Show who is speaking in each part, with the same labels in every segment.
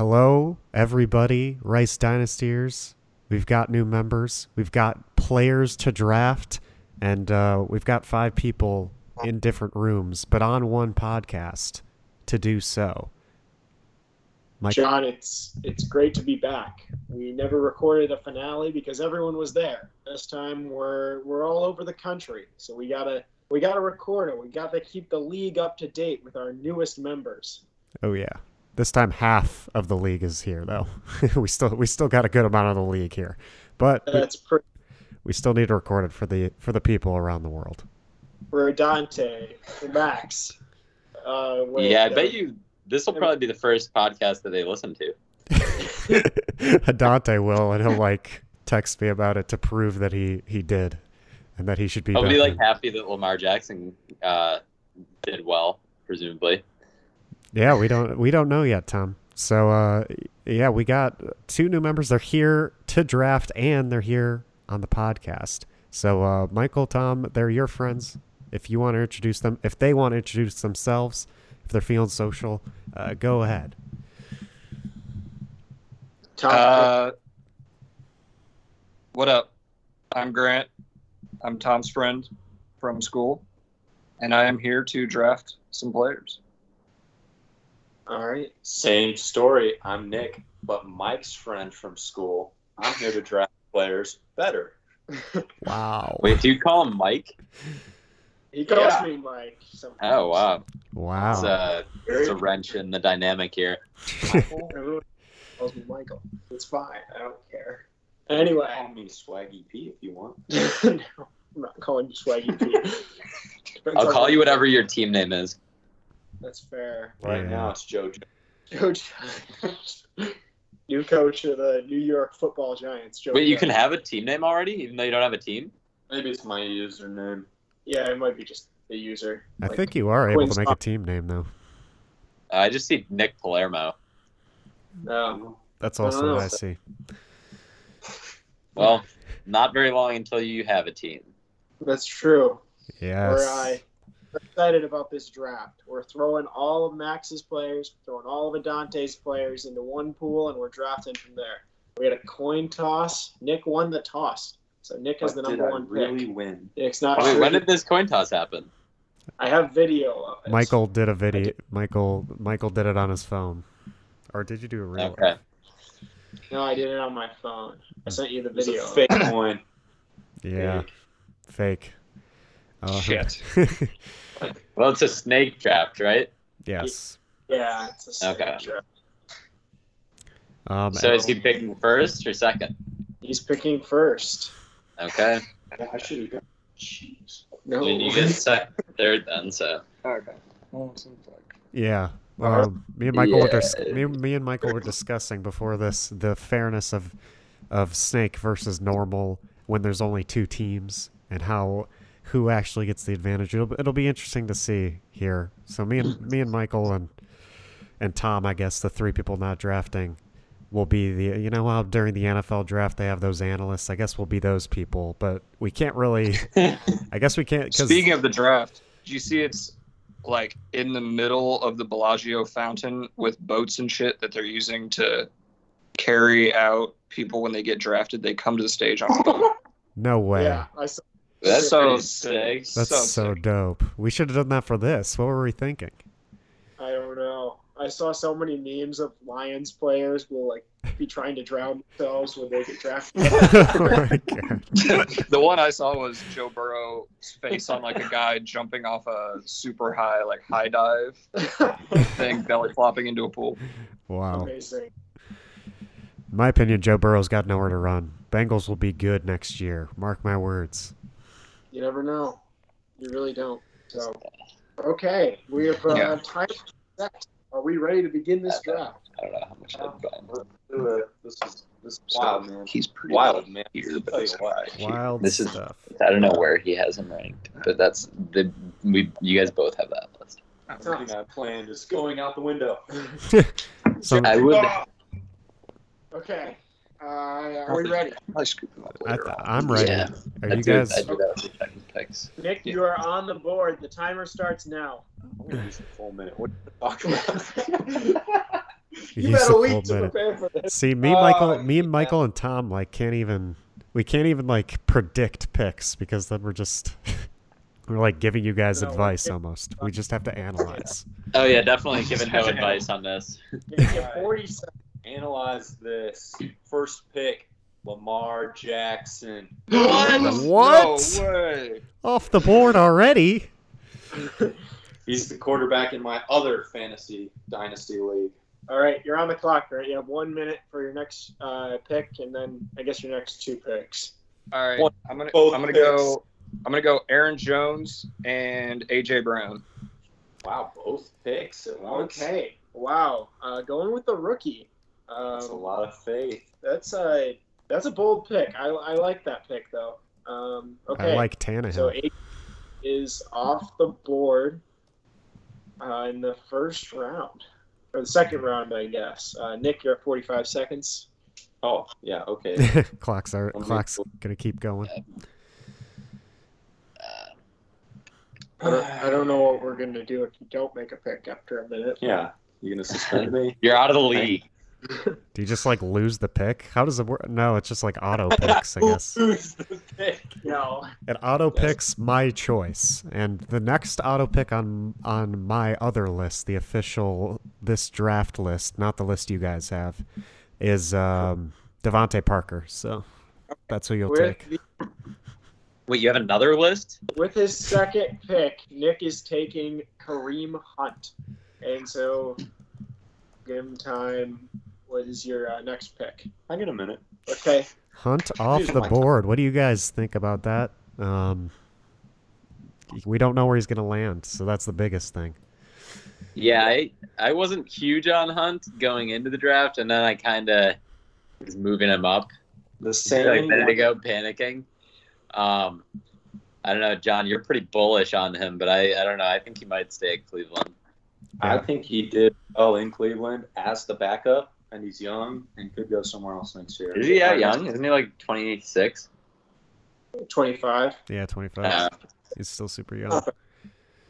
Speaker 1: Hello, everybody, Rice Dynastiers. We've got new members, we've got players to draft, and uh, we've got five people in different rooms, but on one podcast to do so. Mike,
Speaker 2: John, it's it's great to be back. We never recorded a finale because everyone was there. This time we're we're all over the country, so we gotta we gotta record it. We gotta keep the league up to date with our newest members.
Speaker 1: oh yeah, this time half of the league is here though. we still we still got a good amount of the league here, but we,
Speaker 2: That's pretty
Speaker 1: we still need to record it for the for the people around the world.
Speaker 2: for Dante, for Max. Uh, wait,
Speaker 3: yeah, I
Speaker 2: uh,
Speaker 3: bet you this will probably be the first podcast that they listen to.
Speaker 1: Dante will, and he'll like text me about it to prove that he he did, and that he should be.
Speaker 3: I'll be
Speaker 1: back
Speaker 3: like
Speaker 1: in.
Speaker 3: happy that Lamar Jackson uh, did well, presumably.
Speaker 1: yeah, we don't we don't know yet, Tom. So uh, yeah, we got two new members. They're here to draft, and they're here on the podcast. So uh, Michael, Tom, they're your friends. If you want to introduce them, if they want to introduce themselves, if they're feeling social, uh, go ahead.
Speaker 2: Tom,
Speaker 4: Uh, what up? I'm Grant. I'm Tom's friend from school, and I am here to draft some players.
Speaker 2: all right.
Speaker 5: Same story. I'm Nick, but Mike's friend from school. I'm here to draft players better.
Speaker 1: Wow!
Speaker 3: Wait, do you call him Mike?
Speaker 2: He calls
Speaker 5: Yeah.
Speaker 2: me Mike. Sometimes.
Speaker 3: Oh wow,
Speaker 1: Wow!
Speaker 3: it's a it's a wrench in the dynamic here.
Speaker 2: Everyone calls me Michael. It's fine. I don't care. Anyway.
Speaker 5: Call me Swaggy P if you want.
Speaker 2: no, I'm not calling you Swaggy P. Depends
Speaker 3: I'll
Speaker 2: on
Speaker 3: call
Speaker 2: what-
Speaker 3: you whatever your team name is.
Speaker 2: That's fair.
Speaker 5: Right
Speaker 1: Yeah.
Speaker 5: now it's JoJo.
Speaker 2: Coach, new coach of the New York Football Giants. Joe
Speaker 3: Wait, you
Speaker 2: Judge.
Speaker 3: can have a team name already, even though you don't have a team.
Speaker 5: Maybe it's my username.
Speaker 2: Yeah, it might be just the user.
Speaker 1: I
Speaker 2: Like,
Speaker 1: think you are able
Speaker 2: Quinn's
Speaker 1: to make a team name though.
Speaker 3: Uh, I just see Nick Palermo.
Speaker 2: No.
Speaker 1: That's
Speaker 2: I don't
Speaker 1: also what
Speaker 2: know.
Speaker 1: I see.
Speaker 3: Well, not very long until you have a team.
Speaker 2: That's true.
Speaker 1: Yes.
Speaker 2: We're uh, excited about this draft. We're throwing all of Max's players, throwing all of Adante's players into one pool, and we're drafting from there. We had a coin toss. Nick won the toss, so Nick is the
Speaker 5: But did
Speaker 2: number
Speaker 5: I
Speaker 2: one
Speaker 5: really
Speaker 2: pick.
Speaker 5: win?
Speaker 2: Nick's not
Speaker 3: Wait,
Speaker 2: sure.
Speaker 3: when did this coin toss happen?
Speaker 2: I have video of it.
Speaker 1: Michael did a video. Michael Michael did it on his phone, or did you do a real?
Speaker 3: Okay.
Speaker 2: No, I did it on my phone. I sent you the
Speaker 5: It's
Speaker 2: video.
Speaker 5: a
Speaker 2: of it.
Speaker 5: fake coin.
Speaker 1: Yeah, fake. Uh,
Speaker 4: Shit.
Speaker 3: Well, it's a snake draft, right?
Speaker 1: yes.
Speaker 2: Yeah, it's a snake
Speaker 3: Okay.
Speaker 2: draft.
Speaker 1: Um,
Speaker 3: So is he picking first or second?
Speaker 2: He's picking first.
Speaker 3: Okay.
Speaker 5: I should have got cheese.
Speaker 2: No,
Speaker 3: I mean, you get second, third then, so.
Speaker 4: Okay. Well, Oh, it seems like-
Speaker 1: yeah.
Speaker 4: Alright.
Speaker 1: Um, me and Michael were dis-
Speaker 3: Yeah.
Speaker 1: me, me and Michael were discussing before this the fairness of of snake versus normal when there's only two teams and how who actually gets the advantage. It'll, it'll be interesting to see here. So me and me and Michael and and Tom, I guess the three people not drafting will be the you know how during the NFL draft they have those analysts. I guess we'll be those people, but we can't really. I guess we can't. Cause,
Speaker 4: Speaking of the draft, do you see it's like in the middle of the Bellagio fountain with boats and shit that they're using to carry out people when they get drafted? They come to the stage on a boat.
Speaker 1: no way.
Speaker 2: Yeah, I saw.
Speaker 3: That's
Speaker 4: So
Speaker 3: pretty
Speaker 4: sick.
Speaker 1: That's so,
Speaker 4: So sick.
Speaker 1: dope. We should have done that for this. What were we thinking?
Speaker 2: I don't know. I saw so many memes of Lions players will like be trying to drown themselves when they get drafted.
Speaker 1: oh my god.
Speaker 4: the one I saw was Joe Burrow's face on like a guy jumping off a super high like high dive thing, belly flopping into a pool.
Speaker 1: Wow.
Speaker 2: Amazing.
Speaker 1: In my opinion, Joe Burrow's got nowhere to run. Bengals will be good next year. Mark my words.
Speaker 2: You never know. You really don't. So, okay, we have uh,
Speaker 4: Yeah.
Speaker 2: time. to set. Are we ready to begin this draft?
Speaker 3: I don't know how much I'd buy.
Speaker 5: This is this is wild, man.
Speaker 4: He's pretty
Speaker 5: Wild, man.
Speaker 4: Here,
Speaker 5: Tell you what.
Speaker 1: Wild
Speaker 3: This is-
Speaker 1: stuff.
Speaker 3: I don't know where he has him ranked, but that's the we. You guys both have that list.
Speaker 5: Everything I planned is going out the window.
Speaker 1: Some-
Speaker 3: I would.
Speaker 2: Okay. Uh, are we ready?
Speaker 4: I scoop him up
Speaker 1: I
Speaker 4: later
Speaker 1: th-
Speaker 4: on.
Speaker 1: I'm ready.
Speaker 3: Yeah.
Speaker 1: Are
Speaker 3: I
Speaker 1: you
Speaker 3: do,
Speaker 1: guys?
Speaker 3: I do that with the second picks.
Speaker 2: Nick, you are on the board. The timer starts now.
Speaker 5: Just a full minute. What are you talking about?
Speaker 2: You
Speaker 1: Use
Speaker 2: had
Speaker 1: the
Speaker 2: a
Speaker 1: full
Speaker 2: week to
Speaker 1: minute.
Speaker 2: prepare for this.
Speaker 1: See, me,
Speaker 4: Oh,
Speaker 1: Michael, me,
Speaker 4: yeah.
Speaker 1: and Michael, and Tom like can't even we can't even like predict picks because then we're just we're like giving you guys
Speaker 2: No, we
Speaker 1: advice
Speaker 2: can't-
Speaker 1: almost. We just have to analyze.
Speaker 3: Oh yeah, definitely giving no advice on this.
Speaker 2: Yeah, 40 seconds.
Speaker 5: Analyze this first pick, Lamar Jackson.
Speaker 1: What? What?
Speaker 4: No way.
Speaker 1: Off the board already.
Speaker 5: He's the quarterback in my other fantasy dynasty league.
Speaker 2: All right, you're on the clock, right? You have one minute for your next uh, pick, and then I guess your next two picks.
Speaker 4: All right,
Speaker 5: One-
Speaker 4: I'm gonna
Speaker 5: both
Speaker 4: I'm gonna
Speaker 5: picks.
Speaker 4: go. I'm gonna go Aaron Jones and AJ Brown.
Speaker 5: Wow, both picks at once.
Speaker 2: Okay. Wow. Uh, going with the rookie.
Speaker 5: That's a
Speaker 2: Um,
Speaker 5: lot of faith.
Speaker 2: that's a that's a bold pick. I, I like that pick though. Um, okay.
Speaker 1: I like Tannehill.
Speaker 2: So eight is off the board uh, in the first round or the second round, I guess. Uh, Nick, you're at 45 seconds.
Speaker 5: Oh, yeah, okay.
Speaker 1: clocks are
Speaker 5: Let me-
Speaker 1: clocks gonna keep going.
Speaker 2: I don't, I don't know what we're gonna do if you don't make a pick after a minute.
Speaker 5: Yeah. You gonna suspend me?
Speaker 3: You're out of the league.
Speaker 1: Do you just like lose the pick? How does it work? No, it's just like auto picks, I guess.
Speaker 5: Who's the pick?
Speaker 2: No.
Speaker 1: It auto
Speaker 5: Yes.
Speaker 1: picks my choice, and the next auto pick on on my other list, the official this draft list, not the list you guys have, is um, Devonte Parker. So that's who you'll
Speaker 2: With,
Speaker 1: take.
Speaker 2: the-
Speaker 3: Wait, you have another list?
Speaker 2: with his second pick, Nick is taking Kareem Hunt, and so give him time. What is your uh, next pick?
Speaker 5: I get a minute.
Speaker 2: Okay.
Speaker 1: Hunt off the board. What do you guys think about that? Um, we don't know where he's gonna land, so that's the biggest thing.
Speaker 3: Yeah, I, I wasn't huge on Hunt going into the draft, and then I kind of was moving him up.
Speaker 5: The
Speaker 3: Like,
Speaker 5: same
Speaker 3: minute ago, panicking. Um, I don't know, John. You're pretty bullish on him, but I, I don't know. I think he might stay at Cleveland.
Speaker 5: I think he did well in Cleveland as the backup, and he's young and could go somewhere else next year.
Speaker 3: Is he that young? Isn't he like 26?
Speaker 2: 25.
Speaker 1: Yeah, twenty five.
Speaker 3: Uh,
Speaker 1: he's still super
Speaker 5: Uh,
Speaker 1: young.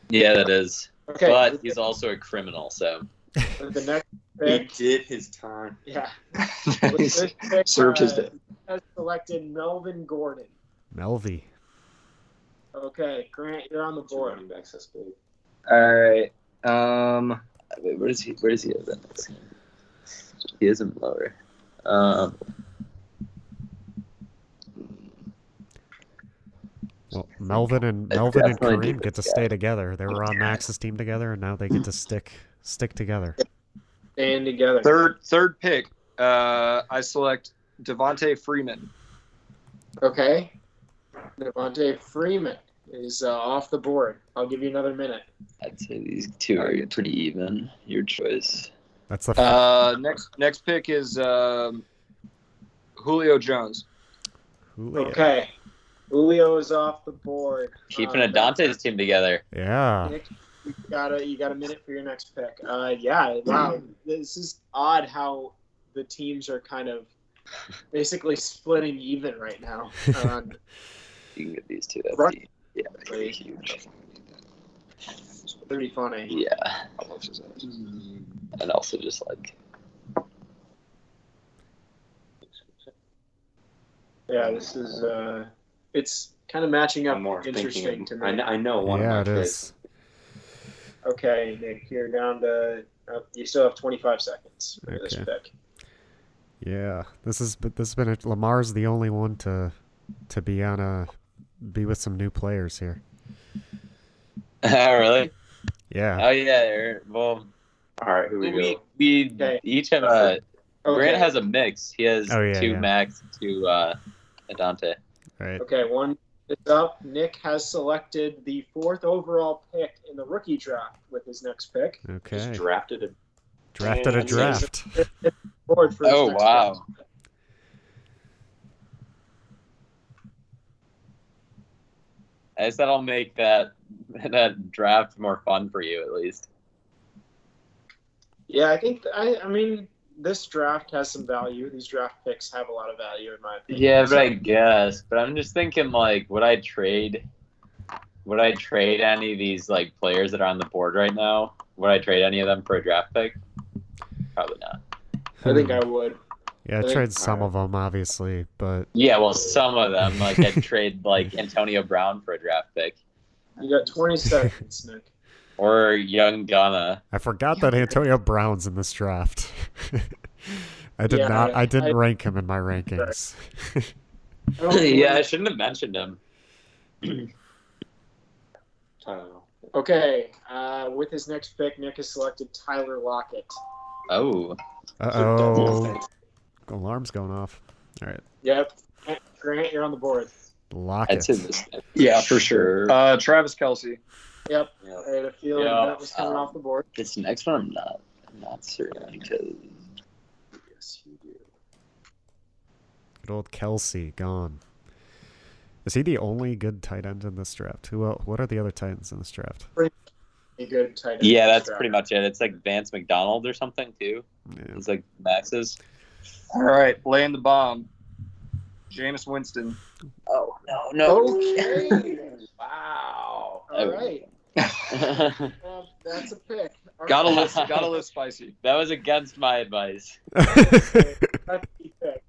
Speaker 3: yeah, that is.
Speaker 2: Okay.
Speaker 3: But he's also a criminal, so
Speaker 2: the next
Speaker 5: He
Speaker 2: pick.
Speaker 5: did his time.
Speaker 2: Yeah. With
Speaker 4: He's
Speaker 2: this pick,
Speaker 4: served his
Speaker 2: uh,
Speaker 4: day.
Speaker 2: Has selected Melvin Gordon.
Speaker 1: Melvy.
Speaker 2: Okay, Grant, you're on the
Speaker 5: Two
Speaker 2: board.
Speaker 5: running backs this big.
Speaker 4: All right. Um.
Speaker 3: wait, where does he? Where does he have that? next? He isn't lower. Um,
Speaker 1: Well, Melvin and
Speaker 3: I
Speaker 1: Melvin and
Speaker 3: definitely do
Speaker 1: Kareem get to
Speaker 3: this
Speaker 1: stay together. They were on Max's team together, and now they get to stick stick together.
Speaker 2: Staying together.
Speaker 4: Third third pick. Uh, I select Devonte Freeman.
Speaker 2: Okay. Devontae Freeman is uh, off the board. I'll give you another minute.
Speaker 3: I'd say these two are pretty even. Your choice.
Speaker 1: That's the f
Speaker 4: Uh, next next pick is um, Julio Jones.
Speaker 1: Julio.
Speaker 2: Okay. Julio is off the board.
Speaker 3: Keeping
Speaker 2: Uh,
Speaker 3: a Dante's team together.
Speaker 1: Yeah,
Speaker 2: Nick, you got a you got a minute for your next pick. Uh, yeah. Wow. This is odd how the teams are kind of basically splitting even right now. Uh,
Speaker 3: You can get these two. That'd
Speaker 2: Right.
Speaker 3: be, yeah, that'd be huge.
Speaker 2: pretty funny.
Speaker 3: Yeah,
Speaker 4: I love his eyes.
Speaker 3: and also just like
Speaker 2: Yeah. This is uh, it's kind of matching up
Speaker 5: I'm more
Speaker 2: interesting
Speaker 5: thinking.
Speaker 2: to me.
Speaker 5: I, kn- I know one
Speaker 1: yeah,
Speaker 5: of
Speaker 1: it
Speaker 5: my
Speaker 1: is.
Speaker 2: Okay, Nick, you're down to. Uh, you still have 25 seconds for this
Speaker 1: Okay.
Speaker 2: pick.
Speaker 1: Yeah, this is but this has been a, Lamar's the only one to to be on a be with some new players here.
Speaker 3: oh really?
Speaker 1: Yeah,
Speaker 5: Uh,
Speaker 3: Oh yeah. er, Well,
Speaker 5: All right, here we
Speaker 3: we
Speaker 5: go.
Speaker 3: we
Speaker 2: Okay.
Speaker 3: each have a.
Speaker 2: Okay.
Speaker 3: Grant has a mix. He has
Speaker 1: Oh, yeah,
Speaker 3: two
Speaker 1: yeah.
Speaker 3: Max, two uh, Adante.
Speaker 1: right.
Speaker 2: Okay, one is up. Nick has selected the fourth overall pick in the rookie draft with his next pick.
Speaker 1: Okay,
Speaker 5: Just drafted a
Speaker 1: drafted a
Speaker 5: and-
Speaker 1: draft.
Speaker 2: Forward for his
Speaker 3: Oh,
Speaker 2: next
Speaker 3: wow.
Speaker 2: pick.
Speaker 3: I guess that'll make that that draft more fun for you, at least.
Speaker 2: Yeah, I think I. I mean, this draft has some value. These draft picks have a lot of value in my opinion.
Speaker 3: Yeah, but I guess. But I'm just thinking, like, would I trade? Would I trade any of these like players that are on the board right now? Would I trade any of them for a draft pick? Probably not.
Speaker 2: I think I would.
Speaker 1: yeah, I
Speaker 2: think-
Speaker 1: tried some of them, obviously, but
Speaker 3: Yeah, well, some of them, like I'd trade like Antonio Brown for a draft pick
Speaker 2: You got 20 seconds, Nick.
Speaker 3: or Young Gunna.
Speaker 1: I forgot that Antonio Brown's in this draft. I did
Speaker 2: Yeah,
Speaker 1: not. I didn't
Speaker 2: I-
Speaker 1: rank him in my rankings.
Speaker 2: I don't think-
Speaker 3: yeah, I shouldn't have mentioned him.
Speaker 5: I don't know.
Speaker 2: Okay. Uh, with his next pick, Nick has selected Tyler Lockett.
Speaker 3: Oh,
Speaker 1: Uh
Speaker 5: Don't
Speaker 1: oh,
Speaker 5: think-
Speaker 1: alarm's going off. All right,
Speaker 2: Yep. Grant, you're on the board.
Speaker 1: Lockett.
Speaker 3: that's in this. Guy.
Speaker 4: Yeah, for sure. Uh, Travis Kelsey.
Speaker 2: Yep.
Speaker 5: Yeah.
Speaker 2: I had a feeling
Speaker 3: Yeah,
Speaker 2: that was coming
Speaker 3: um,
Speaker 2: off the board.
Speaker 3: This next one, I'm not, I'm not certain because
Speaker 5: Yes, you do.
Speaker 1: Good old Kelsey gone. Is he the only good tight end in this draft? Who? el what are the other tight ends in this draft?
Speaker 2: Be good tight end.
Speaker 3: yeah, that's pretty much it. It's like Vance McDonald or something too.
Speaker 1: Yeah.
Speaker 3: It's like Max's.
Speaker 4: All right, laying the bomb. Jameis Winston.
Speaker 3: Oh no
Speaker 2: Okay.
Speaker 5: Wow.
Speaker 2: All right.
Speaker 3: that
Speaker 2: Um, that's a pick. All
Speaker 4: Gotta
Speaker 2: right.
Speaker 4: list. Gotta list spicy.
Speaker 3: was against my advice.
Speaker 2: That's a pick.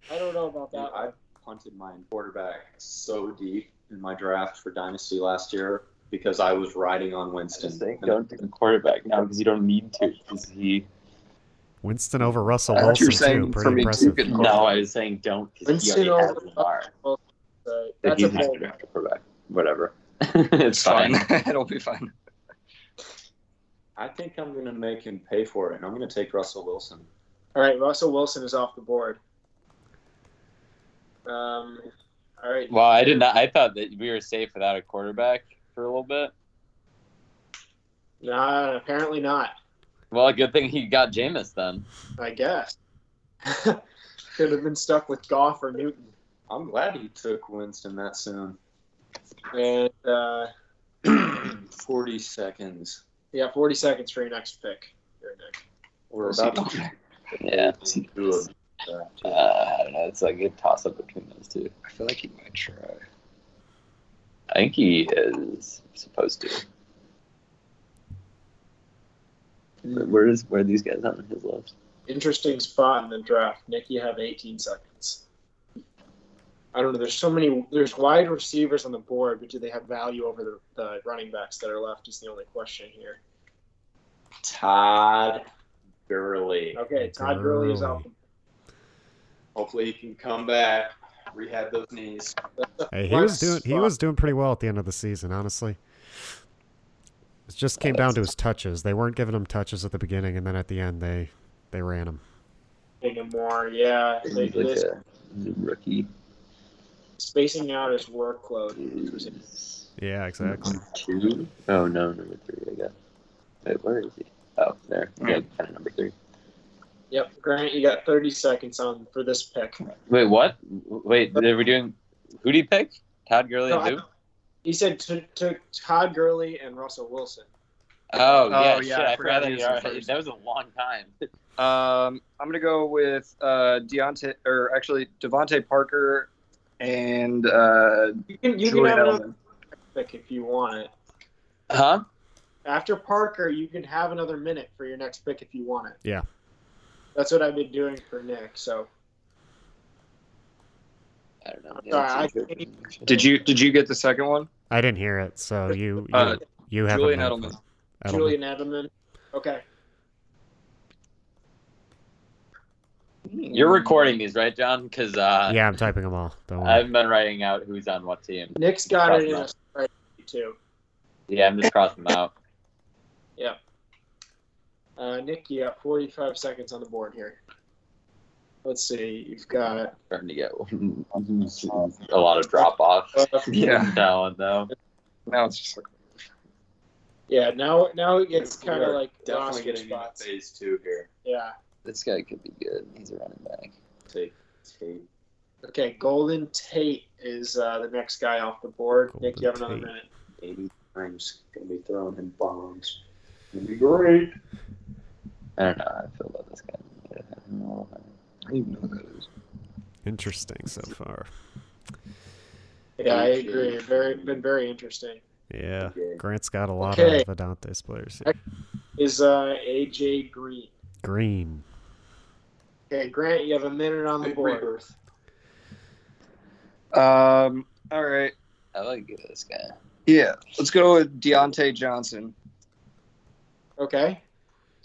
Speaker 2: I don't know about
Speaker 5: Dude,
Speaker 2: that.
Speaker 5: I punted my quarterback so deep in my draft for Dynasty last year because I was riding on Winston.
Speaker 3: don't do the quarterback now because you don't need to. Because he.
Speaker 1: Winston over Russell
Speaker 4: I thought
Speaker 1: Wilson
Speaker 4: you
Speaker 1: too.
Speaker 4: were saying for
Speaker 1: Pretty
Speaker 4: me
Speaker 1: impressive.
Speaker 4: too. Good
Speaker 3: No, I was saying don't because he
Speaker 2: Winston
Speaker 3: already has
Speaker 2: over-
Speaker 3: Lamar.
Speaker 2: Uh,
Speaker 3: If
Speaker 2: that's
Speaker 3: you
Speaker 2: a
Speaker 3: have to
Speaker 2: bold.
Speaker 3: draft a quarterback, whatever. it's fine.
Speaker 4: It'll be fine.
Speaker 5: I think I'm going to make him pay for it, and I'm going to take Russell Wilson.
Speaker 2: All right. Russell Wilson is off the board. Um. All right.
Speaker 3: Well, I did not. I thought that we were safe without a quarterback for a little bit.
Speaker 2: Nah, apparently not.
Speaker 3: Well, good thing he got Jameis then.
Speaker 2: I guess. Could have been stuck with Goff or Newton.
Speaker 5: I'm glad he took Winston that soon.
Speaker 2: And uh,
Speaker 5: 40 seconds.
Speaker 2: yeah, 40 seconds for your next pick. Here, Nick.
Speaker 5: We're about to
Speaker 3: Yeah.
Speaker 5: do it.
Speaker 3: Uh, I don't know. It's like a toss up between those two.
Speaker 4: I feel like he might try.
Speaker 3: I think he is supposed to. Where is where are these guys on his list?
Speaker 2: Interesting spot in the draft. Nick, you have 18 seconds. I don't know. There's so many. There's wide receivers on the board, but do they have value over the, the running backs that are left? Is the only question here.
Speaker 5: Todd Gurley.
Speaker 2: Okay, Todd Gurley is off.
Speaker 5: Hopefully he can come back, rehab those knees.
Speaker 1: Hey, he was doing he was doing pretty well at the end of the season, honestly. It just came down to his touches. They weren't giving him touches at the beginning, and then at the end they they ran him.
Speaker 2: Taking more. Yeah, they,
Speaker 3: He's like
Speaker 2: this-
Speaker 3: a, he's a rookie.
Speaker 2: spacing out his workload. was
Speaker 3: Mm.
Speaker 2: a-
Speaker 3: He's
Speaker 1: Yeah, exactly.
Speaker 3: Two? Oh no, number three. I guess. Wait, where is he? Oh, there.
Speaker 2: Hmm.
Speaker 3: Yeah, kind of number three.
Speaker 2: Yep, Grant, you got 30 seconds on for this pick.
Speaker 3: Wait, what? Wait, they were doing. Who do you pick? Todd Gurley
Speaker 2: No,
Speaker 3: and who?
Speaker 2: I- he said to, to Todd Gurley and Russell Wilson.
Speaker 3: Oh, yeah,
Speaker 4: Oh, yeah,
Speaker 3: shit, I,
Speaker 4: I forgot
Speaker 3: forgot that
Speaker 4: he
Speaker 3: you
Speaker 4: was
Speaker 3: are.
Speaker 4: the first.
Speaker 3: That was a long time.
Speaker 4: Um, I'm gonna go with uh, Deontay, or actually Devonte Parker, and uh,
Speaker 2: You can, you can
Speaker 4: Julian
Speaker 2: have another
Speaker 4: Edelman.
Speaker 2: pick if you want it.
Speaker 3: Huh?
Speaker 2: After Parker, you can have another minute for your next pick if you want it.
Speaker 1: Yeah.
Speaker 2: That's what I've been doing for Nick. So
Speaker 3: I don't know.
Speaker 2: sorry,
Speaker 4: Did you did you get the second one?
Speaker 1: I didn't hear it, so you you,
Speaker 4: Uh,
Speaker 1: you have
Speaker 4: Julian
Speaker 1: him now.
Speaker 4: Edelman.
Speaker 1: Edelman.
Speaker 2: Julian Edelman. Okay.
Speaker 3: You're recording these, right, John? Because uh,
Speaker 1: Yeah, I'm typing them all. Don't
Speaker 3: I
Speaker 1: worry.
Speaker 3: haven't been writing out who's on what team.
Speaker 2: Nick's got it in a
Speaker 3: Cross
Speaker 2: spreadsheet too.
Speaker 3: Yeah, I'm just crossing them out.
Speaker 2: Uh, Nick, you got 45 seconds on the board here. Let's see. You've got
Speaker 3: Starting to get a lot of drop off.
Speaker 2: uh,
Speaker 4: Yeah.
Speaker 3: That one, though.
Speaker 4: Now it's just like,
Speaker 2: yeah. Now now it gets
Speaker 5: We are
Speaker 2: kind of like
Speaker 5: definitely
Speaker 2: lost your
Speaker 5: getting into
Speaker 2: spots.
Speaker 5: phase two here.
Speaker 2: Yeah.
Speaker 3: This guy could be good. He's a running back.
Speaker 5: Take, take.
Speaker 2: Okay, Golden Tate is uh, the next guy off the board. Nick, you have another
Speaker 1: Golden Tate.
Speaker 2: minute.
Speaker 5: 80 times gonna be throwing him bombs. It'll be great.
Speaker 3: I don't know how I feel about this guy. I don't know.
Speaker 4: I don't even know what that is.
Speaker 1: Interesting so far.
Speaker 2: Yeah, I
Speaker 5: Okay.
Speaker 2: agree. Very been very interesting.
Speaker 1: Yeah,
Speaker 5: Okay.
Speaker 1: Grant's got a lot
Speaker 2: Okay.
Speaker 1: of Vedante's players.
Speaker 2: Is uh, AJ Green?
Speaker 1: Green.
Speaker 2: Okay, Grant, you have a minute on the
Speaker 5: Big
Speaker 2: board.
Speaker 5: rebirth.
Speaker 4: Um, all right.
Speaker 3: I like this guy.
Speaker 4: Yeah. Let's go with Deontay Johnson.
Speaker 2: Okay.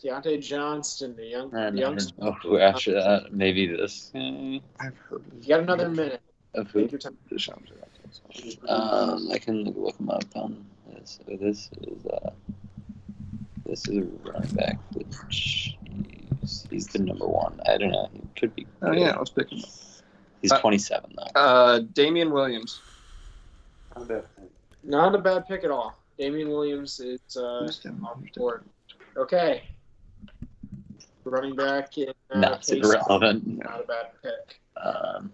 Speaker 2: Deontay Johnston, the young
Speaker 3: I don't
Speaker 2: youngster.
Speaker 3: know who after that, maybe this. guy.
Speaker 4: I've heard
Speaker 2: You got another minute.
Speaker 3: Of who?
Speaker 2: Take your time.
Speaker 3: Um, I can look him up on this. So this is uh, this is a running back. for the Chiefs. He's the number one. I don't know. He could be.
Speaker 4: Oh yeah, let's pick him.
Speaker 3: He's
Speaker 4: Uh,
Speaker 3: 27 though.
Speaker 4: Uh, Damian Williams.
Speaker 5: I'm definitely-
Speaker 2: Not a bad pick at all. Damian Williams is uh, off the board. Okay. Running back in uh,
Speaker 3: Not
Speaker 2: Case-
Speaker 3: irrelevant.
Speaker 2: Not a bad pick.
Speaker 3: Um,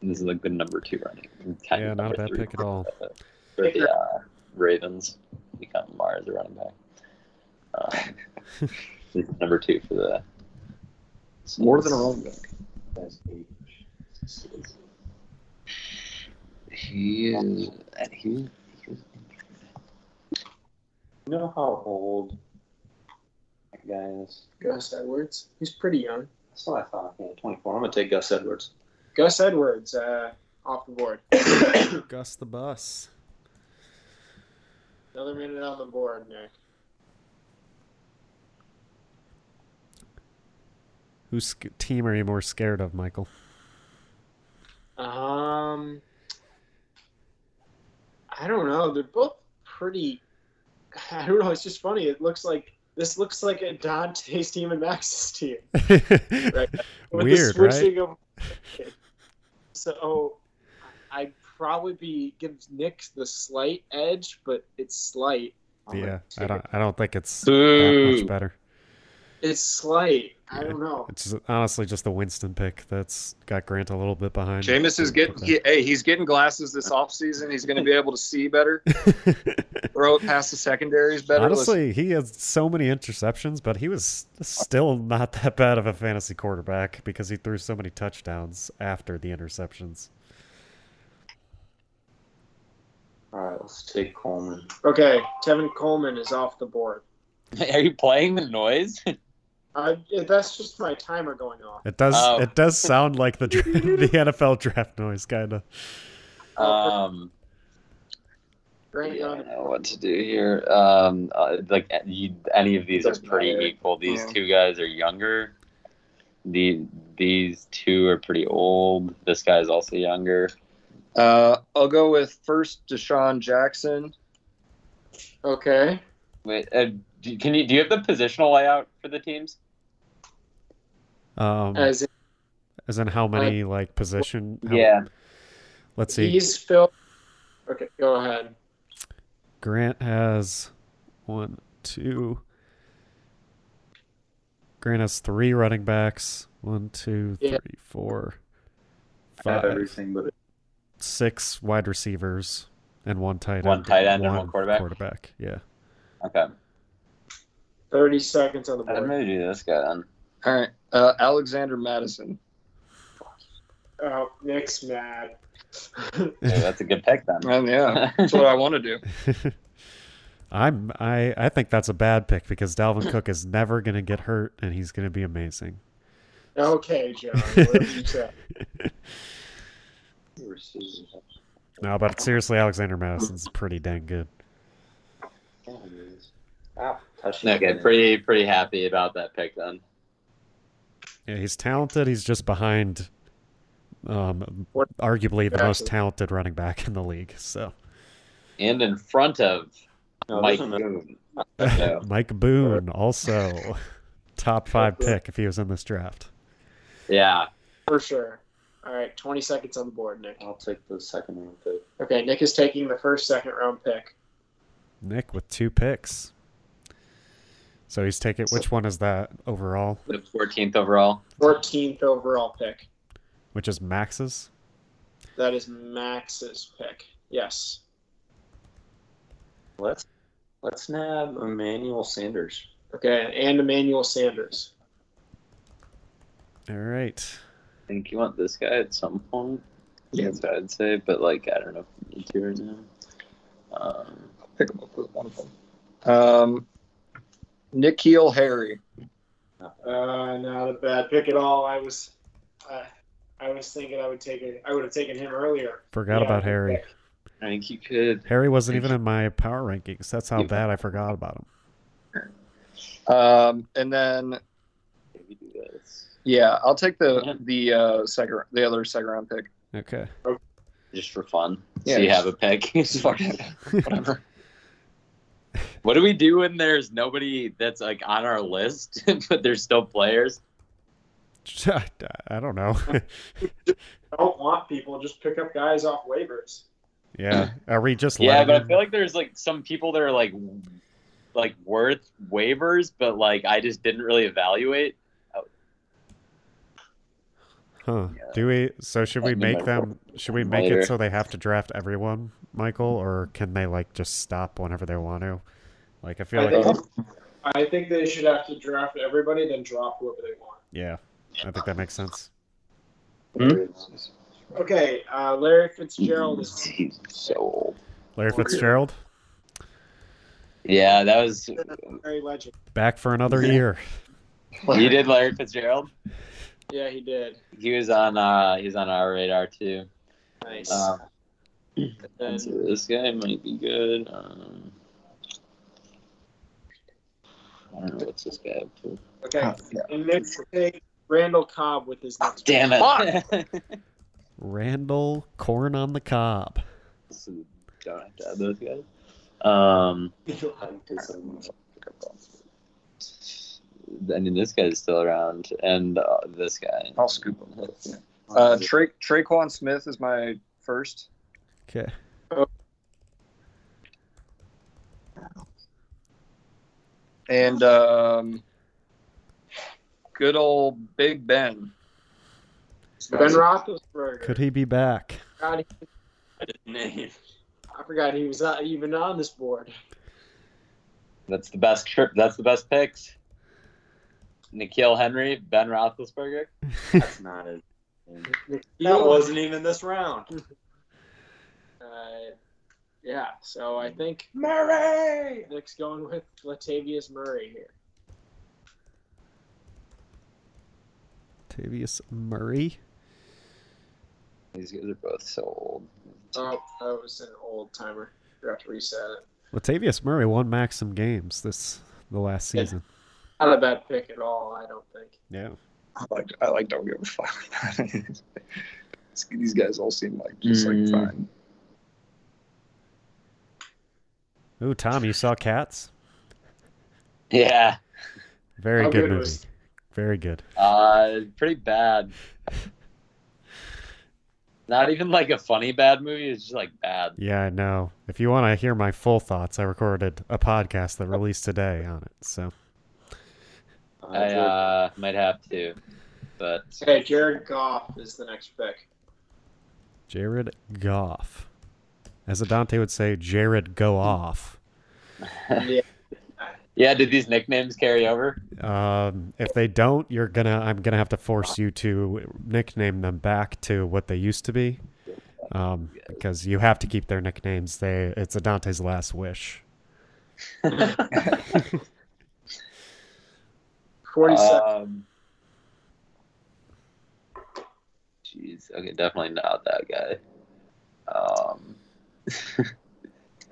Speaker 3: this is like the number two running. kind of
Speaker 1: Yeah, not a
Speaker 3: number
Speaker 1: bad
Speaker 3: three
Speaker 1: pick at all.
Speaker 3: For the uh, Ravens, he got Lamar as a running back. Um, he's number two for the.
Speaker 4: More than a running back.
Speaker 5: that's eight.
Speaker 3: He is. and He, he was
Speaker 5: You know how old that guy is?
Speaker 2: Gus Edwards. He's pretty young.
Speaker 5: That's what I thought. Yeah, 24. I'm going to take Gus Edwards.
Speaker 2: Gus Edwards uh, off the board.
Speaker 1: Gus the bus.
Speaker 2: Another minute on the board, Nick.
Speaker 1: Whose sc- team are you more scared of, Michael?
Speaker 2: Um, I don't know. They're both pretty. I don't know. It's just funny. It looks like this looks like a Dante's team and Max's team. With the
Speaker 1: Weird, right?
Speaker 2: switching of- so I'd probably be give Nick the slight edge, but it's slight.
Speaker 5: I'm gonna
Speaker 1: Yeah, I
Speaker 5: take
Speaker 1: don't. I don't think it's that much
Speaker 4: Boo.
Speaker 1: better.
Speaker 2: It's slight. I
Speaker 1: Yeah.
Speaker 2: don't know.
Speaker 1: It's just- honestly just the Winston pick that's got Grant a little bit behind.
Speaker 4: Jameis is getting he, hey, he's getting glasses this offseason. He's going to be able to see better, throw it past the secondaries better.
Speaker 1: honestly, he has so many interceptions, but he was still not that bad of a fantasy quarterback because he threw so many touchdowns after the interceptions.
Speaker 5: All right, let's take Coleman.
Speaker 2: Okay, Tevin Coleman is off the board.
Speaker 3: Are you playing the noise?
Speaker 2: I, that's just my timer going off.
Speaker 1: It does.
Speaker 3: Oh.
Speaker 1: It does sound like the dra- the NFL draft noise, kind of.
Speaker 3: um,
Speaker 2: Grant,
Speaker 3: yeah, I
Speaker 2: yeah.
Speaker 3: don't know what to do here. Um, uh, like you, any of these are
Speaker 5: Doesn't
Speaker 3: pretty
Speaker 5: matter.
Speaker 3: equal. These
Speaker 4: Yeah.
Speaker 3: two guys are younger. The these two are pretty old. This guy's also younger.
Speaker 4: uh, I'll go with first Deshaun Jackson.
Speaker 2: okay.
Speaker 3: Wait, uh, do, can you do you have the positional layout for the teams?
Speaker 1: Um,
Speaker 4: Uh,
Speaker 1: as,
Speaker 2: As in,
Speaker 1: in how many like position? how- Let's see.
Speaker 2: he's filled. Okay, go ahead.
Speaker 1: Grant has one, two. Grant has three running backs. One, two,
Speaker 2: Yeah.
Speaker 1: three, four,
Speaker 5: I have
Speaker 1: five,
Speaker 5: everything but
Speaker 1: six wide receivers and one tight end.
Speaker 3: One tight end and
Speaker 1: one
Speaker 3: one quarterback?
Speaker 1: Quarterback, yeah.
Speaker 3: Okay.
Speaker 2: Thirty seconds on the
Speaker 3: I'm
Speaker 2: board.
Speaker 3: gonna do this guy then.
Speaker 4: All right, uh, Alexander Madison.
Speaker 2: Oh, Nick's mad.
Speaker 3: Yeah, that's a good pick then.
Speaker 4: And yeah, that's what I want to do.
Speaker 1: I'm I I think that's a bad pick because Dalvin Cook is never gonna get hurt and he's gonna be amazing.
Speaker 2: okay, John. What did you say?
Speaker 5: receivers.
Speaker 1: No, but seriously, Alexander Madison's pretty dang good.
Speaker 5: Wow, touchdown.
Speaker 3: okay, pretty pretty happy about that pick then.
Speaker 1: Yeah, he's talented. He's just behind, um,
Speaker 2: What-
Speaker 1: arguably the most
Speaker 2: Exactly.
Speaker 1: talented running back in the league. So
Speaker 3: And in front of
Speaker 5: No, it
Speaker 3: Mike
Speaker 5: doesn't matter.
Speaker 3: Boone. No.
Speaker 1: Mike Boone also top five pick if he was in this draft.
Speaker 3: Yeah.
Speaker 2: For sure. All right, twenty seconds on the board, Nick.
Speaker 5: I'll take the second round pick.
Speaker 2: Okay, Nick is taking the first second round pick.
Speaker 1: Nick with two picks. So he's taking which one is that overall?
Speaker 3: The fourteenth overall.
Speaker 2: Fourteenth overall pick.
Speaker 1: Which is Max's?
Speaker 2: That is Max's pick. Yes.
Speaker 5: Let's let's nab Emmanuel Sanders.
Speaker 2: Okay, and Emmanuel Sanders.
Speaker 1: All right.
Speaker 3: I think you want this guy at some point.
Speaker 4: Yeah.
Speaker 3: That's what I'd say, but like I don't know if you need to right now. Um,
Speaker 4: Pick him up with one of them. Um, Nikhil Harry.
Speaker 2: Uh, not a bad pick at all. I was, uh, I was thinking I would take it. I would have taken him earlier.
Speaker 1: Forgot
Speaker 2: Yeah,
Speaker 1: about
Speaker 2: good
Speaker 1: Harry.
Speaker 2: pick.
Speaker 3: I think you could.
Speaker 1: Harry wasn't even in my power rankings. That's how
Speaker 3: Yeah.
Speaker 1: bad I forgot about him.
Speaker 4: Um, and then
Speaker 3: Maybe do this.
Speaker 4: yeah, I'll take the
Speaker 3: Yeah.
Speaker 4: the uh, second the other second round pick.
Speaker 1: Okay.
Speaker 3: Just for fun.
Speaker 4: Yeah,
Speaker 3: so you
Speaker 4: just-
Speaker 3: have a pick.
Speaker 4: It's fucking whatever.
Speaker 3: What do we do when there's nobody that's like on our list, but there's still players?
Speaker 1: I don't know.
Speaker 2: Don't want people. Just pick up guys off waivers.
Speaker 1: yeah. Are we just
Speaker 3: yeah,
Speaker 1: letting
Speaker 3: but I
Speaker 1: him-
Speaker 3: feel like there's like some people that are like w- like worth waivers, but like I just didn't really evaluate.
Speaker 1: Huh.
Speaker 3: Yeah.
Speaker 1: Do we? So should we
Speaker 3: Like,
Speaker 1: make
Speaker 3: remember
Speaker 1: them? Should we make
Speaker 3: later.
Speaker 1: it so they have to draft everyone, Michael, or can they like just stop whenever they want to? Like I feel
Speaker 2: I
Speaker 1: like
Speaker 2: think, I think they should have to draft everybody, then drop whoever they want.
Speaker 1: yeah, I think that makes sense.
Speaker 2: Okay, uh, Larry Fitzgerald is
Speaker 3: He's so old.
Speaker 1: Larry
Speaker 2: Warrior.
Speaker 1: Fitzgerald
Speaker 3: Yeah, that was.
Speaker 2: very legend.
Speaker 1: back for another year.
Speaker 3: You did Larry Fitzgerald.
Speaker 2: Yeah, he did.
Speaker 3: He was on. uh He's on our radar too.
Speaker 2: Nice.
Speaker 1: Uh,
Speaker 3: Um,
Speaker 2: And
Speaker 3: so this guy might be good. Um, I don't know what's this guy up to.
Speaker 2: okay,
Speaker 1: uh,
Speaker 2: and next we'll take Randall Cobb with his next.
Speaker 3: Damn
Speaker 4: Fuck!
Speaker 3: it!
Speaker 1: Randall Corn on the Cob.
Speaker 3: So we don't have to add those guys. Um, I mean, this guy's still around, and uh, this guy.
Speaker 4: I'll scoop Uh, Tra- Traquan Smith is my first.
Speaker 1: Okay.
Speaker 4: and um, good old Big Ben.
Speaker 2: Ben Roethlisberger.
Speaker 1: Could he be back?
Speaker 2: God, he-
Speaker 5: Name.
Speaker 2: I forgot he was not even on this board.
Speaker 3: That's the best trip. That's the best picks. Nikhil Henry, Ben Roethlisberger.
Speaker 5: That's not it. That wasn't even this round.
Speaker 2: Uh, yeah, so I think
Speaker 5: Murray.
Speaker 2: Nick's going with Latavius Murray here.
Speaker 1: Tavius Murray.
Speaker 3: These guys are both so old.
Speaker 2: Oh, that was an old timer. You have to reset it.
Speaker 1: Latavius Murray won max some games this the last
Speaker 2: Yeah.
Speaker 1: season.
Speaker 2: Not a bad pick at all, I don't think.
Speaker 1: Yeah.
Speaker 4: I like I like don't give a fuck. These guys all seem like just
Speaker 3: Mm.
Speaker 4: like fine.
Speaker 1: Ooh, Tom, you saw Cats?
Speaker 3: Yeah,
Speaker 1: Very
Speaker 2: How
Speaker 1: good,
Speaker 2: good
Speaker 1: movie.
Speaker 2: was-
Speaker 1: Very good.
Speaker 3: uh, pretty bad. Not even like a funny bad movie. It's just like bad.
Speaker 1: Yeah, I know. If you want to hear my full thoughts, I recorded a podcast that released today on it. So
Speaker 3: I uh, might have to, but
Speaker 2: Okay, Jared Goff is the next pick.
Speaker 1: Jared Goff, as Adante would say, Jared go off.
Speaker 2: Yeah,
Speaker 3: yeah. Did these nicknames carry over?
Speaker 1: Um, if they don't, you're gonna. I'm gonna have to force you to nickname them back to what they used to be, um, because you have to keep their nicknames. They it's Adante's last wish.
Speaker 2: 47.
Speaker 3: Um, Jeez. Okay, definitely not that guy. Um,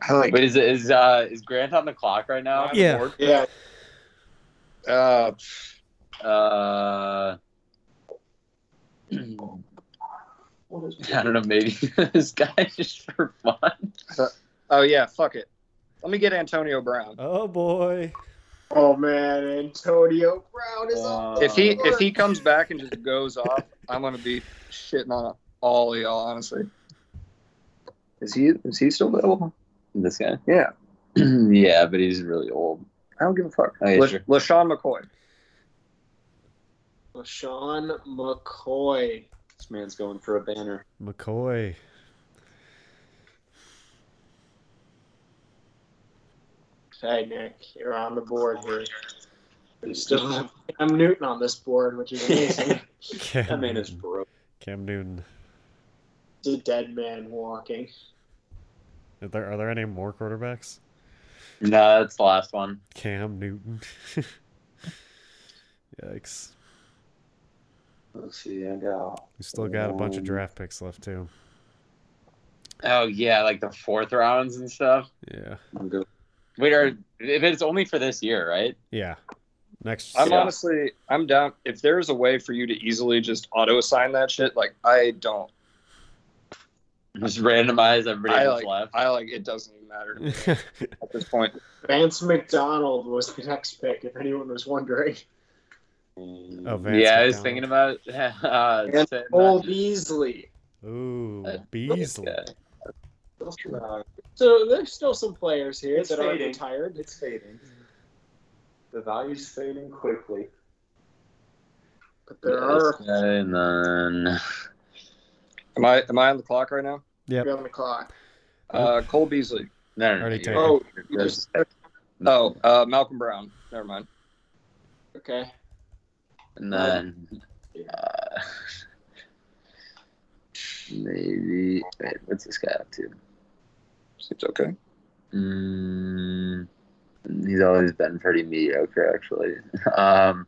Speaker 4: I like
Speaker 3: wait, is is uh is Grant on the clock right now?
Speaker 1: Yeah.
Speaker 2: yeah,
Speaker 4: uh,
Speaker 3: Uh. I don't know. Maybe this guy just for fun.
Speaker 4: oh yeah, fuck it. Let me get Antonio Brown.
Speaker 1: Oh boy.
Speaker 2: Oh man, Antonio Brown is on.
Speaker 4: If he if he comes back and just goes off, I'm gonna be shitting on all of y'all, honestly. Is he is he still available?
Speaker 3: This guy.
Speaker 4: Yeah.
Speaker 3: yeah, but he's really old.
Speaker 4: I don't give a fuck.
Speaker 3: Oh, yeah,
Speaker 4: Le-
Speaker 3: sure.
Speaker 4: LaShawn McCoy.
Speaker 2: LaShawn McCoy.
Speaker 5: This man's going for a banner.
Speaker 1: McCoy.
Speaker 2: Hey Nick, you're on the board here. You still have Cam Newton on this board, which is amazing.
Speaker 1: Cam,
Speaker 5: That man is broke.
Speaker 1: Cam Newton.
Speaker 2: It's a dead man walking.
Speaker 1: Are there, are there any more quarterbacks?
Speaker 3: No, that's the last one.
Speaker 1: Cam Newton. Yikes.
Speaker 5: Let's see, I got.
Speaker 1: We still got a bunch of
Speaker 5: Um,
Speaker 1: draft picks left too.
Speaker 3: Oh yeah, like the fourth rounds and stuff.
Speaker 1: Yeah.
Speaker 5: I'm good.
Speaker 3: Wait, are if it's only for this year, right?
Speaker 1: Yeah. Next
Speaker 4: I'm
Speaker 3: Yeah.
Speaker 4: honestly, I'm down. If there's a way for you to easily just auto assign that shit, like I don't,
Speaker 3: Just randomize everybody
Speaker 4: I
Speaker 3: that's
Speaker 4: like,
Speaker 3: left.
Speaker 4: I like, it doesn't even matter to me at this point.
Speaker 2: Vance McDonald was the next pick, if anyone was wondering.
Speaker 1: oh,
Speaker 5: Mm,
Speaker 1: Vance
Speaker 3: yeah, I
Speaker 1: McDonald.
Speaker 3: was thinking about uh,
Speaker 2: And
Speaker 3: saying
Speaker 2: Cole
Speaker 3: that.
Speaker 2: Beasley.
Speaker 1: Ooh,
Speaker 3: Uh,
Speaker 1: Beasley.
Speaker 3: Yeah.
Speaker 5: uh,
Speaker 2: So there's still some players here
Speaker 5: It's
Speaker 2: that aren't
Speaker 5: fading.
Speaker 2: retired.
Speaker 5: It's fading. The value's fading quickly.
Speaker 2: But there
Speaker 3: Yeah,
Speaker 2: are
Speaker 3: this guy and then
Speaker 4: Am I am I on the clock right now?
Speaker 1: Yep.
Speaker 2: on the clock.
Speaker 4: Uh, Cole Beasley.
Speaker 3: no, no, no,
Speaker 1: Already
Speaker 3: you're-
Speaker 1: taken.
Speaker 4: Oh,
Speaker 3: there's-
Speaker 4: oh, uh, Malcolm Brown. Never mind.
Speaker 2: Okay.
Speaker 3: and then uh, maybe wait, what's this guy up to?
Speaker 4: Seems okay.
Speaker 3: Mm, he's always been pretty mediocre, actually. Um,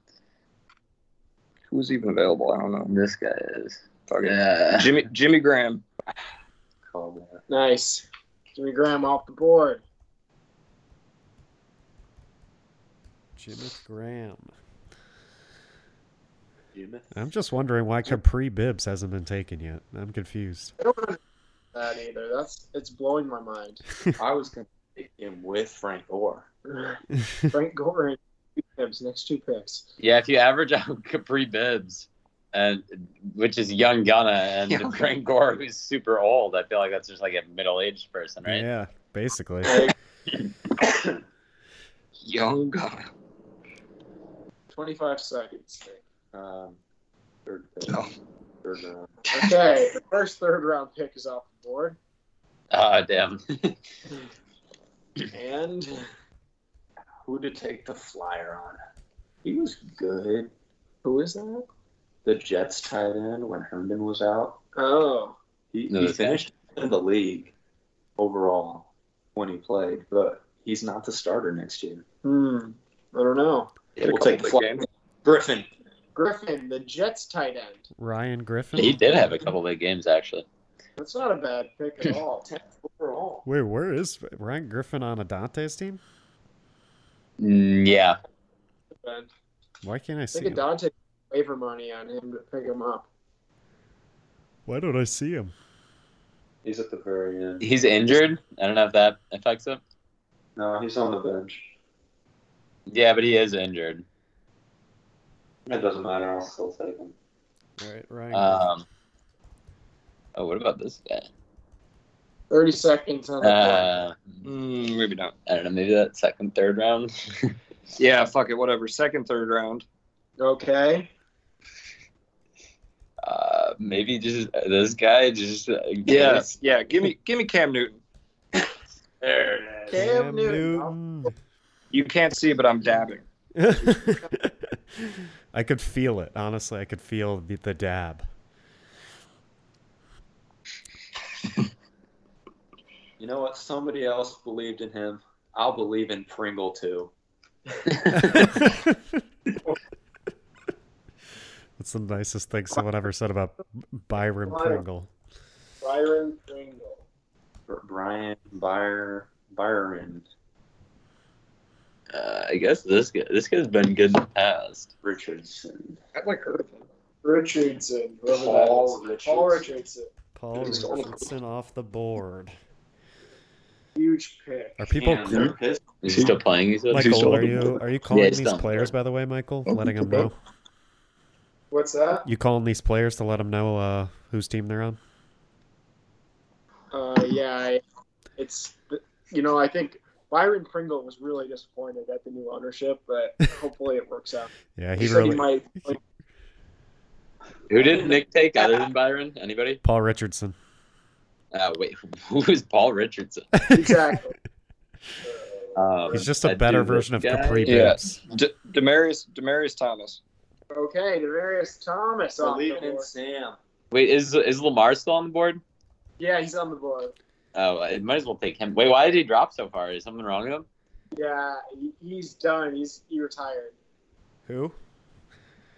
Speaker 4: Who's even available? I don't know.
Speaker 3: this guy is.
Speaker 4: Fuck it.
Speaker 3: Yeah.
Speaker 4: Jimmy Jimmy Graham.
Speaker 5: Call that.
Speaker 2: Nice. Jimmy Graham off the board.
Speaker 1: Jimmy Graham.
Speaker 5: Jimmy.
Speaker 1: I'm just wondering why Capri Bibbs hasn't been taken yet. I'm confused.
Speaker 2: I don't understand that either. That's it's blowing my mind.
Speaker 5: I was going to take him with Frank Gore.
Speaker 2: Frank Gore and two picks, next two picks.
Speaker 3: Yeah, if you average out Capri Bibbs, and which is young Gunna, and
Speaker 4: Yeah.
Speaker 3: Frank Gore, who's super old, I feel like that's just like a middle-aged person, right?
Speaker 1: Yeah, basically.
Speaker 4: Young guy.
Speaker 2: Twenty five seconds.
Speaker 5: Um, third pick.
Speaker 4: No.
Speaker 5: Third uh, round.
Speaker 2: Okay. the first third round pick is off the board.
Speaker 3: Oh damn.
Speaker 2: And
Speaker 5: Who to take the flyer on? He was good.
Speaker 2: who is that?
Speaker 5: The Jets tight end when Herndon was out.
Speaker 2: Oh.
Speaker 5: He,
Speaker 3: No,
Speaker 5: he
Speaker 3: this guy.
Speaker 5: finished in the league overall when he played, but he's not the starter next year.
Speaker 2: Hmm. I don't know.
Speaker 4: Had a
Speaker 5: We'll
Speaker 4: couple
Speaker 5: take the
Speaker 4: big
Speaker 5: flyer.
Speaker 4: games.
Speaker 5: Griffin.
Speaker 2: Griffin, the Jets tight end.
Speaker 1: Ryan Griffin.
Speaker 3: he did have a couple big games actually.
Speaker 2: That's not a bad pick at all.
Speaker 5: Tenth overall.
Speaker 1: Wait, where is Ryan Griffin on a Dante's team?
Speaker 3: Mm, yeah.
Speaker 2: I
Speaker 1: Why can't I see
Speaker 2: think a
Speaker 1: him?
Speaker 2: Dante waiver money on him to pick him up.
Speaker 1: Why don't I see him?
Speaker 5: He's at the very end.
Speaker 3: He's injured. I don't know if that affects him.
Speaker 5: No, he's on the bench.
Speaker 3: Yeah, but he is injured.
Speaker 5: It doesn't matter. I'll still take him.
Speaker 1: All right, Ryan.
Speaker 3: Um, oh, what about this guy?
Speaker 2: Thirty seconds
Speaker 1: Oh,
Speaker 2: on the clock.
Speaker 3: Uh,
Speaker 4: Mm, maybe not.
Speaker 3: I don't know. Maybe that second, third round.
Speaker 4: Yeah, fuck it. Whatever. Second, third round.
Speaker 2: Okay.
Speaker 3: Uh, maybe just this guy just uh,
Speaker 4: Yes. Yeah. Give me give me Cam Newton.
Speaker 3: There it is.
Speaker 2: Cam Newton.
Speaker 4: You can't see, but I'm dabbing.
Speaker 1: Newton. I could feel it. Honestly, I could feel the, the dab.
Speaker 5: You know what? Somebody else believed in him. I'll believe in Pringle too.
Speaker 1: That's the nicest thing someone ever said about Byron Pringle.
Speaker 2: Byron Pringle.
Speaker 5: Br- Brian Byer Byron
Speaker 3: Uh, I guess this guy, this guy's been good in the past.
Speaker 5: Richardson.
Speaker 4: I like her.
Speaker 2: Richardson. whoever that
Speaker 5: Paul
Speaker 2: is.
Speaker 5: Richardson.
Speaker 2: Paul Richardson.
Speaker 1: Paul
Speaker 4: Just all-
Speaker 1: Richardson off the board.
Speaker 2: Huge pick.
Speaker 1: Are people
Speaker 5: And they're pissed.
Speaker 3: Is he still playing? He's
Speaker 1: Michael? Are you are you calling
Speaker 3: Yeah, it's
Speaker 1: these
Speaker 3: done.
Speaker 1: players by the way, Michael?
Speaker 4: Oh,
Speaker 1: Letting them
Speaker 4: okay.
Speaker 1: know
Speaker 2: What's that?
Speaker 1: you calling these players to let them know uh, whose team they're on.
Speaker 2: Uh, yeah, I, it's you know I think Byron Pringle was really disappointed at the new ownership, but hopefully it works out.
Speaker 1: Yeah,
Speaker 2: He
Speaker 1: he
Speaker 2: said
Speaker 1: really
Speaker 2: he might.
Speaker 3: Who did Nick take other than Byron? Anybody?
Speaker 1: Paul Richardson.
Speaker 3: Uh, wait, who is Paul Richardson?
Speaker 2: Exactly. Uh,
Speaker 3: Um,
Speaker 1: He's just a
Speaker 3: that
Speaker 1: better
Speaker 3: dude,
Speaker 1: version of
Speaker 3: this guy?
Speaker 1: Capri
Speaker 4: Yeah.
Speaker 1: Bibbs.
Speaker 4: D- Demarius Demarius Thomas.
Speaker 2: Okay, Demarius Thomas on the
Speaker 5: Believing
Speaker 2: board.
Speaker 5: in Sam.
Speaker 3: Wait, is is Lamar still on the board?
Speaker 2: Yeah, he's on the board.
Speaker 3: Oh, I might as well take him. Wait, why did he drop so far? Is something wrong with him?
Speaker 2: Yeah, he- he's done. He's he retired.
Speaker 1: Who?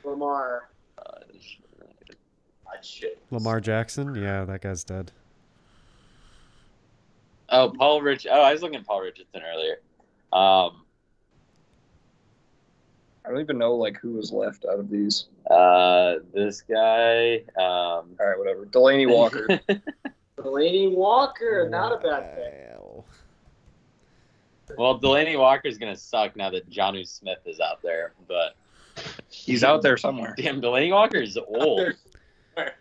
Speaker 2: Lamar.
Speaker 3: Uh, it's-
Speaker 5: Hot shit.
Speaker 1: Lamar Jackson? Yeah, that guy's dead.
Speaker 3: Oh, Paul Rich. Oh, I was looking at Paul Richardson earlier. Um,
Speaker 4: I don't even know like who was left out of these.
Speaker 3: uh, this guy. Um,
Speaker 4: All right, whatever. Delaney Walker.
Speaker 2: Delaney Walker, not a bad pick.
Speaker 1: Wow.
Speaker 3: well, Delaney Walker's gonna suck now that Johnu Smith is out there, but
Speaker 4: He's out there somewhere.
Speaker 3: damn, Delaney Walker is old.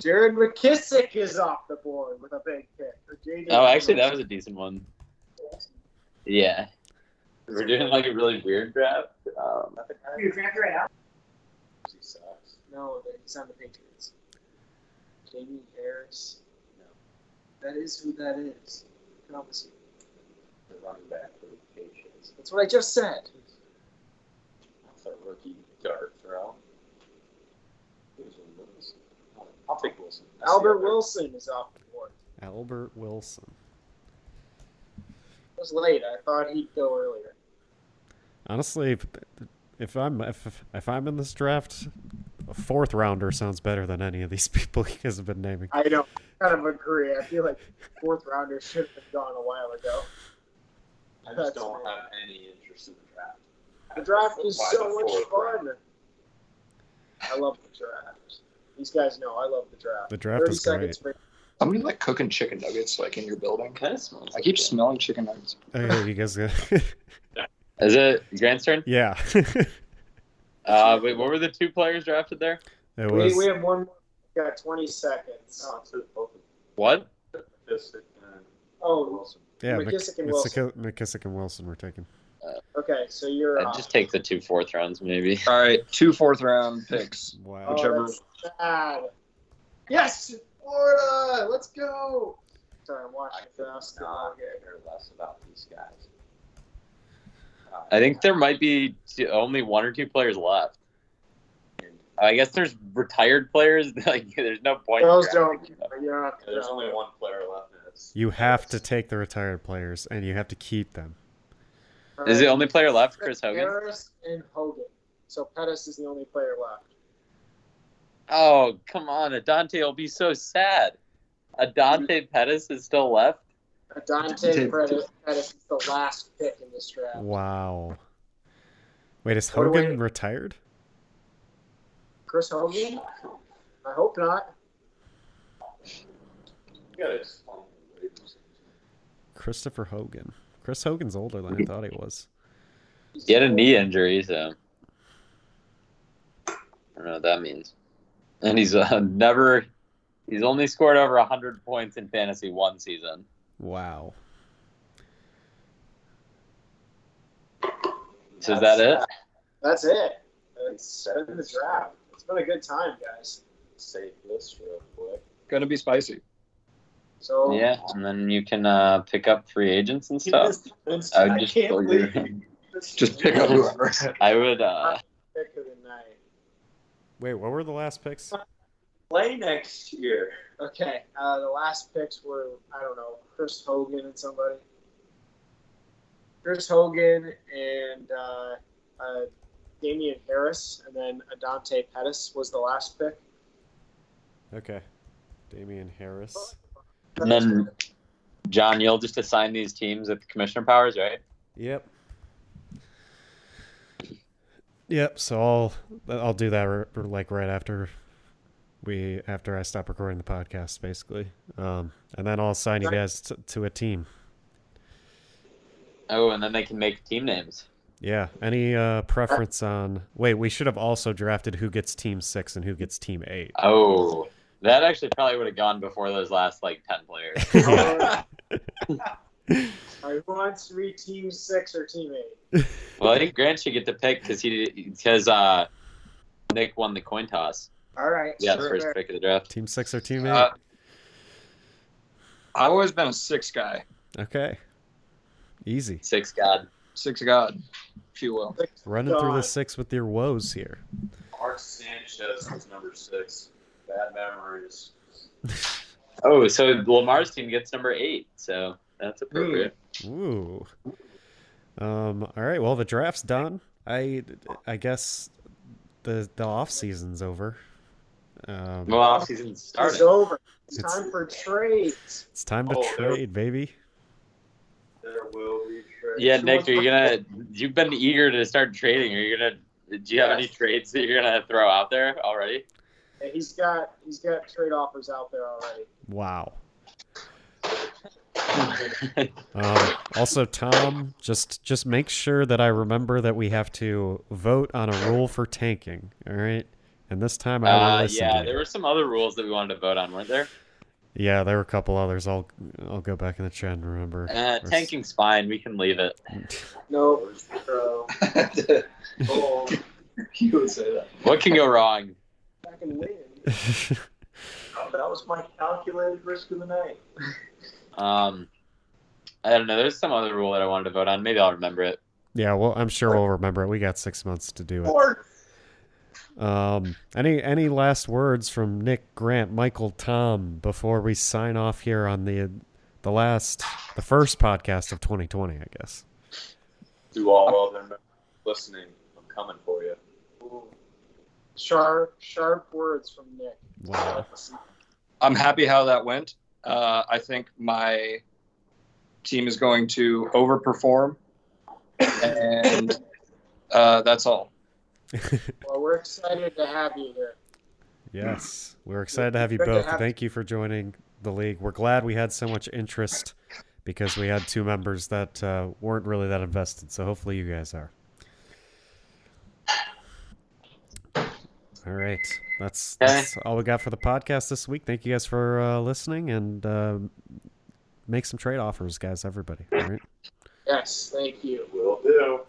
Speaker 2: Jared McKissick is off the board with a big pick. Or J.J.
Speaker 3: Oh, actually, that was a decent one. Yeah, we're doing like a really weird draft. Um,
Speaker 6: Your draft right out.
Speaker 5: He sucks.
Speaker 2: No, he's on the Patriots. Jamie Harris. No. That is who that is. Obviously.
Speaker 5: The running back for the Patriots.
Speaker 2: That's what I just said.
Speaker 5: That's a rookie dart throw. Who's in this? I'll take Wilson. That's the
Speaker 2: Albert
Speaker 5: other-
Speaker 2: Wilson is off the board.
Speaker 1: Albert Wilson.
Speaker 2: It was late. I thought he'd go earlier.
Speaker 1: Honestly, if, if I'm if, if I'm in this draft, a fourth rounder sounds better than any of these people you guys have been naming.
Speaker 2: I don't kind of agree. I feel like fourth rounder should have been gone a while ago.
Speaker 5: I
Speaker 2: That's
Speaker 5: just don't
Speaker 2: right.
Speaker 5: have any interest in the draft.
Speaker 2: The draft is
Speaker 5: Why
Speaker 2: so
Speaker 5: the
Speaker 2: much
Speaker 5: fourth round?
Speaker 2: fun. I love the draft. These guys know I love the draft.
Speaker 1: The draft is great.
Speaker 2: seconds for
Speaker 4: Somebody like cooking chicken nuggets like in your building.
Speaker 5: Kind of smells.
Speaker 4: I keep
Speaker 5: like it.
Speaker 4: smelling chicken nuggets.
Speaker 1: Okay, Oh, you guys, got,
Speaker 3: is it Grant's turn?
Speaker 1: yeah,
Speaker 3: Uh, wait, what were the two players drafted there?
Speaker 1: it
Speaker 2: we,
Speaker 1: was.
Speaker 2: we have one more. We got 20 seconds.
Speaker 5: No, it's both of
Speaker 3: What?
Speaker 5: this and
Speaker 2: Oh,
Speaker 5: Wilson.
Speaker 1: Yeah, Mc-
Speaker 2: McKissick and Wilson.
Speaker 1: McKissick, McKissick and Wilson were taken.
Speaker 2: Okay, so you're
Speaker 3: I'd
Speaker 2: off.
Speaker 3: just take the two fourth rounds, maybe.
Speaker 4: All right, two fourth round picks.
Speaker 1: Wow.
Speaker 2: oh,
Speaker 4: whichever-
Speaker 2: that's sad. Yes, Florida, let's go. Sorry, I'm
Speaker 5: I
Speaker 2: watching
Speaker 5: could
Speaker 2: basketball
Speaker 5: not
Speaker 2: here.
Speaker 5: care less about these guys. Uh,
Speaker 3: I think there might be two, only one or two players left. I guess there's retired players. Like, there's no point. in
Speaker 2: Those don't
Speaker 3: drafting them.
Speaker 2: count. You're not.
Speaker 5: There's only
Speaker 2: no.
Speaker 5: one player left. And it's
Speaker 1: You have to take the retired players, and you have to keep them.
Speaker 3: Is the only player left Chris Hogan?
Speaker 2: Harris and Hogan. So Pettis is the only player left.
Speaker 3: Oh, come on. Adante will be so sad. Adante Pettis is still left.
Speaker 2: Dante Pettis, Pettis is the last pick in this draft.
Speaker 1: Wow. Wait, is
Speaker 2: What do we-
Speaker 1: Hogan retired?
Speaker 2: Chris Hogan? I hope not.
Speaker 5: You gotta explain the Raiders.
Speaker 1: Christopher Hogan. Chris Hogan's older than I thought he was.
Speaker 3: He had a knee injury, so. I don't know what that means. And he's uh, never. He's only scored over 100 points in fantasy one season.
Speaker 1: Wow.
Speaker 3: So is that it?
Speaker 2: That's it. It's been the draft. It's been a good time, guys.
Speaker 5: Save this real quick.
Speaker 4: Gonna be spicy.
Speaker 2: So
Speaker 3: Yeah, and then you can uh, pick up free agents and stuff. I would
Speaker 2: I
Speaker 3: just
Speaker 2: can't
Speaker 3: go
Speaker 2: believe
Speaker 3: there.
Speaker 2: this
Speaker 4: Just
Speaker 2: is
Speaker 4: pick up
Speaker 2: the last
Speaker 4: whoever.
Speaker 3: I would. Uh,
Speaker 2: pick of the night.
Speaker 1: Wait, what were the last picks?
Speaker 5: Play next year.
Speaker 2: Okay, uh, the last picks were I don't know Chris Hogan and somebody. Chris Hogan and uh, uh, Damian Harris, and then Adante Pettis was the last pick.
Speaker 1: Okay. Damian Harris.
Speaker 3: and then, John, you'll just assign these teams with commissioner powers, right?
Speaker 1: Yep. Yep, so I'll I'll do that r- r- like right after we after I stop recording the podcast basically. Um and then I'll assign you guys t- to a team.
Speaker 3: Oh, and then they can make team names.
Speaker 1: Yeah. Any uh preference on Wait, we should have also drafted who gets team 6 and who gets team 8.
Speaker 3: Oh, that actually probably would have gone before those last like 10 players.
Speaker 2: All right, who wants to be team six or team eight?
Speaker 3: well, I think Grant should get the pick because he because uh, Nick won the coin toss.
Speaker 2: All right.
Speaker 3: Yeah,
Speaker 2: sure.
Speaker 3: first pick of the draft.
Speaker 1: Team 6 or team 8.
Speaker 4: Uh, I've always been a six guy,
Speaker 1: okay. Easy.
Speaker 3: Six God.
Speaker 4: six god, if you will.
Speaker 1: Running through the
Speaker 2: God.
Speaker 1: 6 with your woes here.
Speaker 5: Art Sanchez was number six. Bad memories.
Speaker 3: Oh, so Lamar's team gets number eight. So that's appropriate.
Speaker 1: Ooh. Um, all right. Well, the draft's done. I I guess the the off season's over. Um,
Speaker 3: Well, off season
Speaker 2: It's
Speaker 3: started.
Speaker 2: over. It's,
Speaker 1: It's-
Speaker 2: time for trades.
Speaker 1: it's time to
Speaker 5: Oh, there-
Speaker 1: trade, baby.
Speaker 5: There will be trades.
Speaker 3: Yeah, Nick, are you gonna? You've been eager to start trading. Are you gonna? Do you have any
Speaker 2: Yes.
Speaker 3: trades that you're gonna throw out there already?
Speaker 2: And he's got he's got trade offers out there already.
Speaker 1: Wow. Um, also, Tom, just just make sure that I remember that we have to vote on a rule for tanking. All right, and this time I will
Speaker 3: Uh,
Speaker 1: listen.
Speaker 3: yeah,
Speaker 1: to you.
Speaker 3: there were some other rules that we wanted to vote on, weren't there?
Speaker 1: yeah, there were a couple others. I'll I'll go back in the chat and remember.
Speaker 3: Uh,
Speaker 1: There's-
Speaker 3: tanking's fine. We can leave it.
Speaker 2: No, so
Speaker 5: Oh, he would say that.
Speaker 3: What can go wrong?
Speaker 2: I can win.
Speaker 5: Oh, that was my calculated risk of the night.
Speaker 3: Um, I don't know. There's some other rule that I wanted to vote on. Maybe I'll remember it.
Speaker 1: yeah, well, I'm sure we'll remember it. We got six months to do it.
Speaker 5: Or
Speaker 1: Um, any any last words from Nick, Grant, Michael, Tom before we sign off here on the the last the first podcast of 2020? I guess.
Speaker 5: do all while they're not listening. I'm coming for you.
Speaker 2: Sharp sharp words from Nick.
Speaker 1: Wow.
Speaker 4: I'm happy how that went. Uh, I think my team is going to overperform, and uh, that's all.
Speaker 2: Well, we're excited to have you here.
Speaker 1: Yes, we're excited to have you
Speaker 2: Good Hmm. to
Speaker 1: both.
Speaker 2: have-
Speaker 1: Thank you for joining the league. We're glad we had so much interest because we had two members that uh, weren't really that invested. So hopefully you guys are. All right, that's,
Speaker 3: Okay.
Speaker 1: that's all we got for the podcast this week. Thank you guys for uh, listening and uh, make some trade offers, guys. Everybody, all right.
Speaker 2: Yes, thank you.
Speaker 5: Will do.